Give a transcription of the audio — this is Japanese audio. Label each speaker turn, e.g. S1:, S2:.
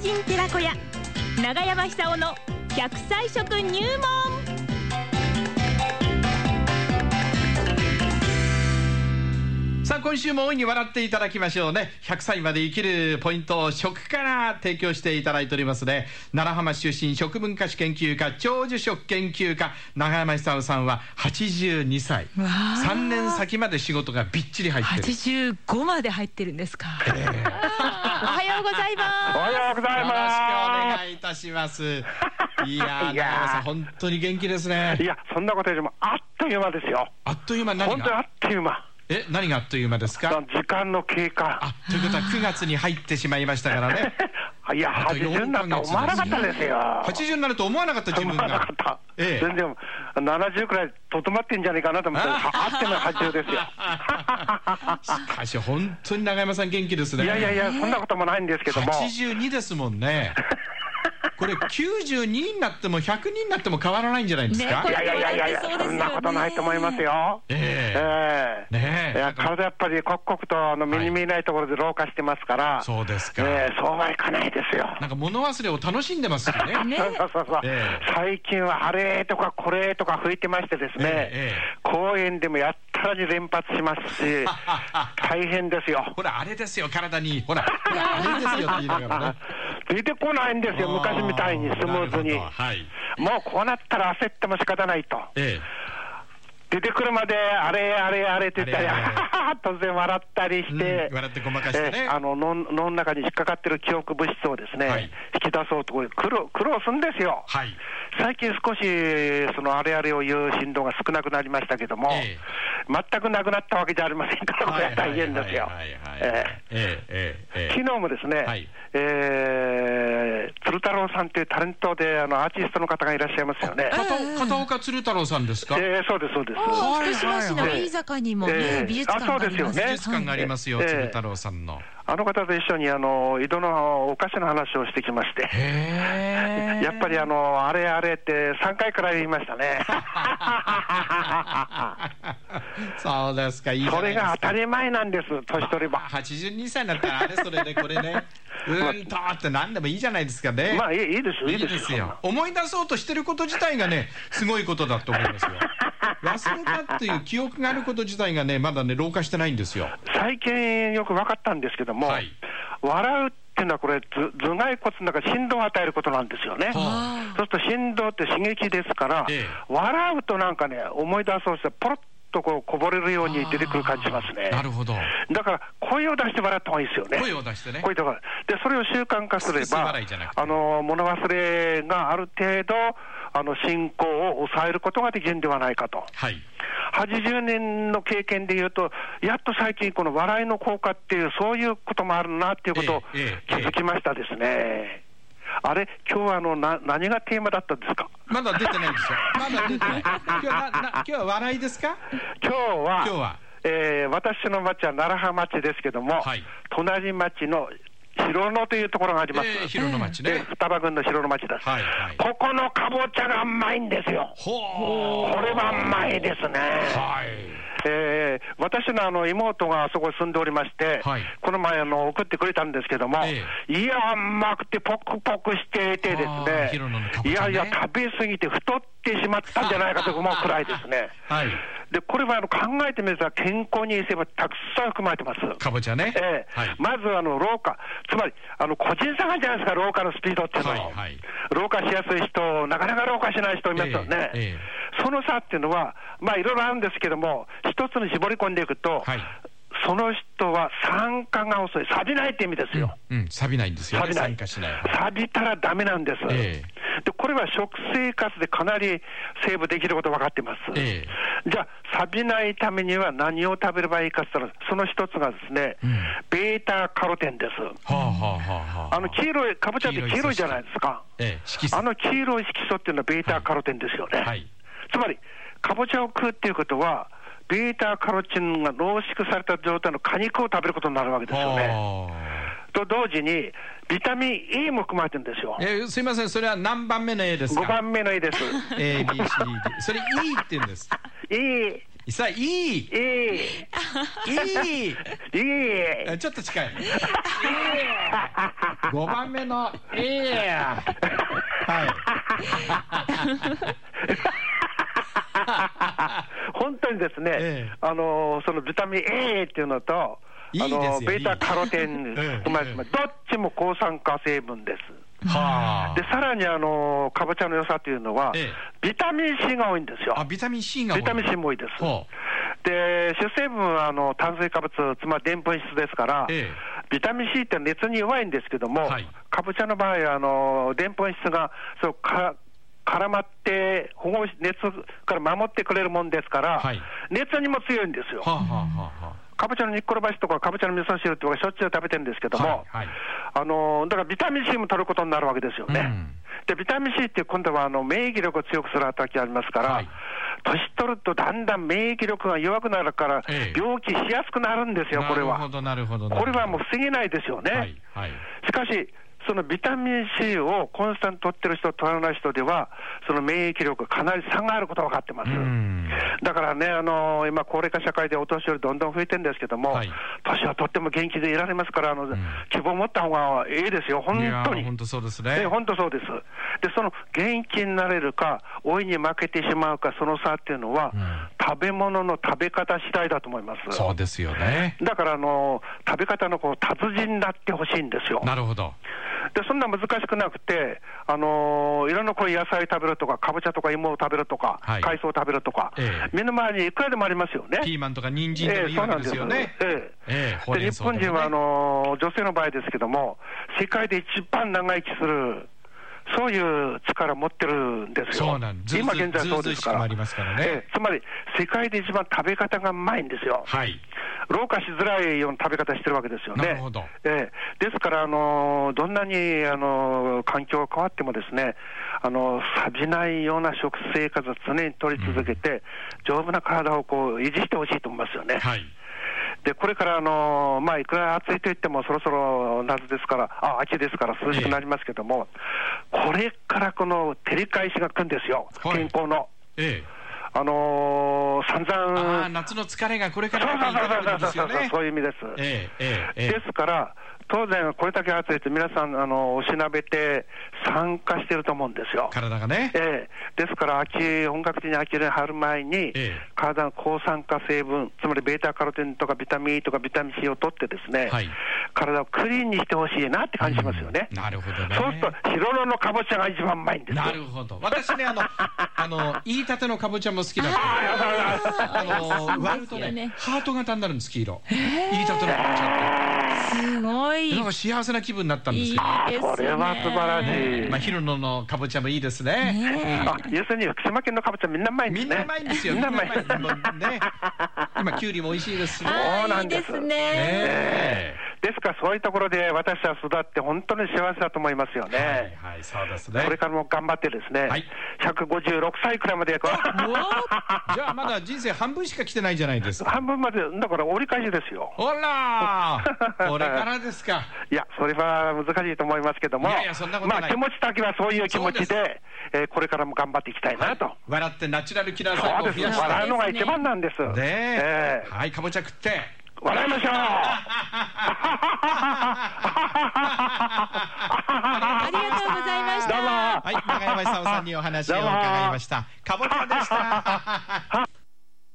S1: 人寺子屋長山久夫の100歳食入門
S2: さあ今週も大いに笑っていただきましょうね100歳まで生きるポイントを食から提供していただいておりますね奈良浜市出身食文化史研究家長寿食研究家長山久夫さんは82歳
S3: わあ
S2: 3年先まで仕事がびっちり入ってる
S3: 85まで入ってるんですか。おはようござい
S4: お
S3: ま
S4: はようござい
S2: よろしくお
S4: ま
S2: 願いいたしますいやー長
S4: いやー
S2: 山さん本当に元気ですね
S4: す。いや、そんなことよりも、あっという間ですよ。
S2: あっという間何
S4: 本当にあ
S2: が
S4: っという間。
S2: え何があっという間ですか
S4: 時間の経過。
S2: あということは9月に入ってしまいましたからね
S4: いや、
S2: あと四
S4: 80になった思わなかったですよ。
S2: 80になると思わなかった自分
S4: 思わな
S2: が
S4: かった。
S2: ええ
S4: 全然、70くらいとどまってんじゃないかなと思ったら、あっての80ですよ。
S2: しかし本当に長山さん元気ですね
S4: いやいやいや、そんなこともないんですけども。
S2: 82ですもんねこれ92になっても102になっても変わらないんじゃないです
S3: ね
S2: か、
S3: こ
S4: い
S3: れ
S4: やいやいやいやいや、そんなことないと思いますよ。
S2: ええ
S4: ええ
S2: ねえ
S4: いや体やっぱり刻々とあの目に見えないところで老化してますから、
S2: そうですか
S4: ええそうはいかないですよ。
S2: なんか物忘れを楽しんでますよね
S3: ね
S4: そうそうそう、
S2: ええ
S4: 最近はあれとかこれとか吹いてましてですね、
S2: えええ
S4: 公園でもやったらに連発しますし、 大変ですよ。
S2: ほらあれですよ体にほらほらあれですよって言いながらね
S4: 出てこないんですよ、昔みたいにスムーズ
S2: な
S4: に
S2: る。ほどはい
S4: もうこうなったら焦っても仕方ないと。
S2: え
S4: 出てくるまで、あれあ れあれって言ったり、
S2: あれあれ
S4: 突然笑ったりして、
S2: うん笑ってごまかしてね
S4: えあの脳脳の中に引っかかってる記憶物質をですね、
S2: はい
S4: 引き出そうと苦労苦労するんですよ。
S2: はい
S4: 最近少し、そのあれあれを言う振動が少なくなりましたけども、
S2: ええ
S4: 全くなくなったわけじゃありませんから、これは大変ですよ。
S2: はいはいはいはい
S4: ええ
S2: ええええええ
S4: 昨日もですね、
S2: はい
S4: えー鶴太郎さんというタレントであのアーティストの方がいらっしゃいますよね。
S2: 片片岡鶴太郎さんですか、
S4: えーそうです、そうです。
S3: あ
S2: はい
S3: ー。福島市の飯坂にも
S4: え
S3: ね
S4: え
S3: 美術館があります
S4: あ
S2: 美
S4: そう
S2: 術館がありますよ、
S4: ええ
S2: 鶴太郎さんの。
S4: あの方と一緒にあの井戸のお菓子の話をしてきまして、
S2: へえ。
S4: やっぱりあのあれあれって3回くらい言いまし たね。
S2: そうですか、いいじゃ
S4: そ
S2: な
S4: れ
S2: いです
S4: が
S2: か。
S4: 当たり前なんです、年取れば。
S2: 82歳になったら、あれそれでこれ ね、うーんとーって何でもいいじゃないですかね。
S4: まあいいいいですよ、
S2: いいですよ。思い出そうとしてること自体がね、すごいことだと思いますよ。忘れたっていう記憶があること自体がね、まだね、老化してないんですよ。
S4: 最近よく分かったんですけども、
S2: はい
S4: 笑うっていうのは、これず、頭蓋骨の中に振動を与えることなんですよね。
S2: は
S4: そうすると振動って刺激ですから、
S2: ええ
S4: 笑うとなんかね、思い出そうとして、ポロッとこうこぼれるように出てくる感じしますね。
S2: なるほど。
S4: だから声を出して笑った方がいいですよね。
S2: 声を出してね。
S4: 声とかでそれを習慣化すれ
S2: 口
S4: ば、
S2: 笑いじゃなくて
S4: あの物忘れがある程度、あの進行を抑えることができるんではないかと。
S2: はい。
S4: 80年の経験でいうと、やっと最近、この笑いの効果っていう、そういうこともあるなっていうことを
S2: えええ
S4: 気
S2: え
S4: づきましたですね。あれ、今日はあのな何がテーマだったんですか
S2: まだ出てないんですよ。まだ出てない。今日はなな今日は笑いですか？
S4: 今日は、
S2: 今日は
S4: えー私の町は奈良浜町ですけども、
S2: はい
S4: 隣町の広野というところがあります。
S2: えー、広野町
S4: で
S2: ね。
S4: 双葉郡の城の町です、
S2: はいはい
S4: ここのかぼちゃがうまいんですよ、
S2: ほ
S4: こ
S2: う。
S4: れはうまいですね、
S2: はい。
S4: えー私のあの妹があそこに住んでおりまして、
S2: はい
S4: この前あの、送ってくれたんですけども、
S2: え
S4: いや、うまくて、ポクポクしていてです
S2: あー
S4: ね、
S2: 広野のかぼ
S4: い
S2: ちゃ
S4: や
S2: ね
S4: いや、食べ過ぎて太ってしまったんじゃないかと思うくらいですね。
S2: はい。
S4: でこれはあの考えてみると、健康にいい成分、たくさん含まれてます。
S2: かぼちゃね。
S4: ええ
S2: はい。
S4: まずあの老化、つまりあの個人差があるじゃないですか、老化のスピードっていうのは、
S2: はいはい
S4: 老化しやすい人、なかなか老化しない人いますよね、
S2: えええ
S4: その差っていうのは、まあ、いろいろあるんですけども、一つに絞り込んでいくと、
S2: はい
S4: その人は酸化が遅い、錆びないって意味ですよ、
S2: うん、錆びないんですよ
S4: 錆
S2: ね。
S4: びな
S2: 酸化
S4: い
S2: しない。
S4: 錆びたらダメなんです。
S2: え
S4: でこれは食生活でかなりセーブできること分かってます、
S2: え
S4: じゃあ、錆びないためには何を食べればいいかって言ったら、その一つがですね、
S2: うん
S4: ベータカロテンです。
S2: はあはあはあはあ。
S4: あの黄色い、かぼちゃって黄色いじゃないですか、
S2: ええ、色素。
S4: あの黄色い色素っていうのはベータカロテンですよね。
S2: はい。
S4: つまり、かぼちゃを食うっていうことは、ベータカロチンが濃縮された状態の果肉を食べることになるわけですよね。
S2: はあ。
S4: と同時に、ビタミン E も含まれてるんですよ。
S2: えー、すいません、それは何番目の A ですか？
S4: 5番目の E です。
S2: A B C D。それ E って言うんです。
S4: E、
S2: さあ E。
S4: E、
S2: いい
S4: いえいえ
S2: えちょっと近い。五番目のいいや。はい。
S4: 本当にですね、
S2: ええ
S4: あのーそのビタミン A っていうのと、
S2: いいですよ
S4: あの
S2: いい
S4: ーベータカロテン
S2: ええ、
S4: ごめんなさいどっちも抗酸化成分です。
S2: はあ
S4: で、。さらにあのーかぼちゃの良さというのは、
S2: え
S4: ビタミン C が多いんですよ
S2: あ、。ビタミン C が多い。
S4: ビタミン C も多いです。
S2: ほ
S4: で、主成分はあの炭水化物、つまりでんぷん質ですから、
S2: ええ
S4: ビタミン C って熱に弱いんですけども、
S2: はい
S4: かぼちゃの場合はあの、でんぷん質がそうか絡まって保護し、熱から守ってくれるもんですから、
S2: はい
S4: 熱にも強いんですよ。
S2: はあはあはあは
S4: かぼちゃの煮っころばしとか、かぼちゃの味噌汁とかしょっちゅう食べてるんですけども、
S2: はいはい
S4: あのだからビタミン C も取ることになるわけですよね。
S2: うん
S4: で、ビタミン C って今度はあの免疫力を強くする働きがありますから、
S2: はい
S4: 年取るとだんだん免疫力が弱くなるから
S2: ええ、
S4: 病気しやすくなるんですよ、
S2: あ。
S4: これ
S2: なるほ
S4: は。
S2: ど、なるほど。なる
S4: こ
S2: ほ
S4: れ
S2: ど
S4: はもう防げないですよね。
S2: はい、はい。
S4: しかし、そのビタミン C をコンスタントに取ってる人、取らない人では、その免疫力、かなり差があることが分かってます。
S2: うん
S4: だからね、あの今、高齢化社会でお年寄りどんどん増えてるんですけども、
S2: はい
S4: 年はとっても元気でいられますから、あの
S2: ん
S4: 希望を持った方がいいですよ、本
S2: いや
S4: 当
S2: ー
S4: に。
S2: 本当そうです
S4: え
S2: ね。
S4: 本当そうです。で、その元気になれるか、老いに負けてしまうか、その差っていうのは、
S2: うん
S4: 食べ物の食べ方次第だと思います。
S2: そうですよね。
S4: だから、あの食べ方のこう達人になってほしいんですよ。
S2: なるほど。
S4: で、そんな難しくなくて、あのーいろんなこういう野菜食べるとか、かぼちゃとか芋を食べるとか、
S2: はい
S4: 海藻を食べるとか、
S2: ええ
S4: 目の前にいくらでもありますよね。
S2: ピーマンとか人参とかいいわけですよね。
S4: ええそうなんで
S2: え
S4: す
S2: えほうれ
S4: で
S2: ん
S4: 日
S2: 草とか
S4: 本
S2: ね
S4: 人はあのー女性の場合ですけども、世界で一番長生きする、そういう力を持ってるんですよ、
S2: そうなんずうずう
S4: 今現在そうですか
S2: ずうずうしく
S4: ら、
S2: もありますからね
S4: ええつまり世界で一番食べ方がうまいんですよ、
S2: はい。
S4: 老化しづらいような食べ方してるわけですよね。
S2: なるほど
S4: ええですから、あのどんなに、あの環境が変わってもですね、あの錆びないような食生活を常に取り続けて、丈夫な体をこう維持してほしいと思いますよね。
S2: はい。
S4: でこれから、あのまあ、いくら暑いといっても、そろそろ夏ですから、あ秋ですから涼しくなりますけども、これからこの照り返しが来るんですよ、
S2: はい
S4: 健康の。
S2: ええ。
S4: あの散
S2: ああ、
S4: 々
S2: 夏の疲れがこれ
S4: そうそうそうそうそうそ
S2: からまたいいっ
S4: う
S2: てことですよね。
S4: そういう意味です。
S2: ええええええ
S4: ですから、当然、これだけ暑いと、皆さん、あのおしなべて参加してると思うんですよ。
S2: 体がね。
S4: ええ、ですから秋、本格的に秋に入る前に、
S2: ええ
S4: 体の抗酸化成分、つまりベータカロテンとかビタミン E とかビタミン C を取って、ですね、
S2: はい
S4: 体をクリーンにしてほしいなって感じしますよね。
S2: うんなるほどね
S4: そうすると、広野のかぼちゃが一番うまいんですよ。
S2: なるほど。私ね、あの、あの、言いたてのかぼちゃも好きだから、あ
S3: そう
S2: の、割ると
S3: ですよ
S2: ね
S3: ね、
S2: ハート型になるんです、黄色。言いたてのかぼちゃ
S3: すご
S2: って。
S3: い。
S2: なんか幸せな気分になったんです
S3: いい
S2: よ。
S3: ですね。
S4: これは素晴らしい。
S2: まあ、昼野のかぼちゃもいいですね。
S3: ね
S4: あ要するに福島県のかぼちゃみんなうまいんで
S2: み
S4: す
S2: ん
S4: ね。
S2: なうまいんですよ。み
S4: みん
S2: んな
S4: なう
S2: うまい。もう
S4: まい
S2: ね。今、きゅうりも美味しいですしね。
S3: え
S4: そう
S3: あ
S4: な
S3: ーい
S4: ん
S3: い
S4: で
S3: ですすね。
S2: ね
S4: ですから、そういうところで私は育って、本当に幸せだと思いますよ
S2: はい
S4: ね。
S2: はい、そうですね
S4: こ。れからも頑張ってですね、
S2: はい
S4: 156歳くらいまで、こう
S3: おー
S2: じゃあまだ人生半分しか来てないじゃないですか。
S4: 半分まで、だから折り返しですよ。
S2: ほらーこれからですか。
S4: いや、それは難しいと思いますけども、
S2: いやいやそんなことない
S4: まあ、気持ちだけはそういう気持ち
S2: そ
S4: で、えーこれからも頑張っていきたいなと。
S2: 笑ってナチュラルキラー細胞を
S4: そうで
S2: 増
S4: す。
S2: やして。
S4: 笑うのが一番なんです。
S2: ね
S4: え
S2: え
S4: え
S2: はい、かぼちゃ食って。
S4: 笑いましょ う
S3: ありがとうございまし
S4: どうも
S3: た。
S2: はい、長山久夫さんにお話を伺いました。かぼちゃでした。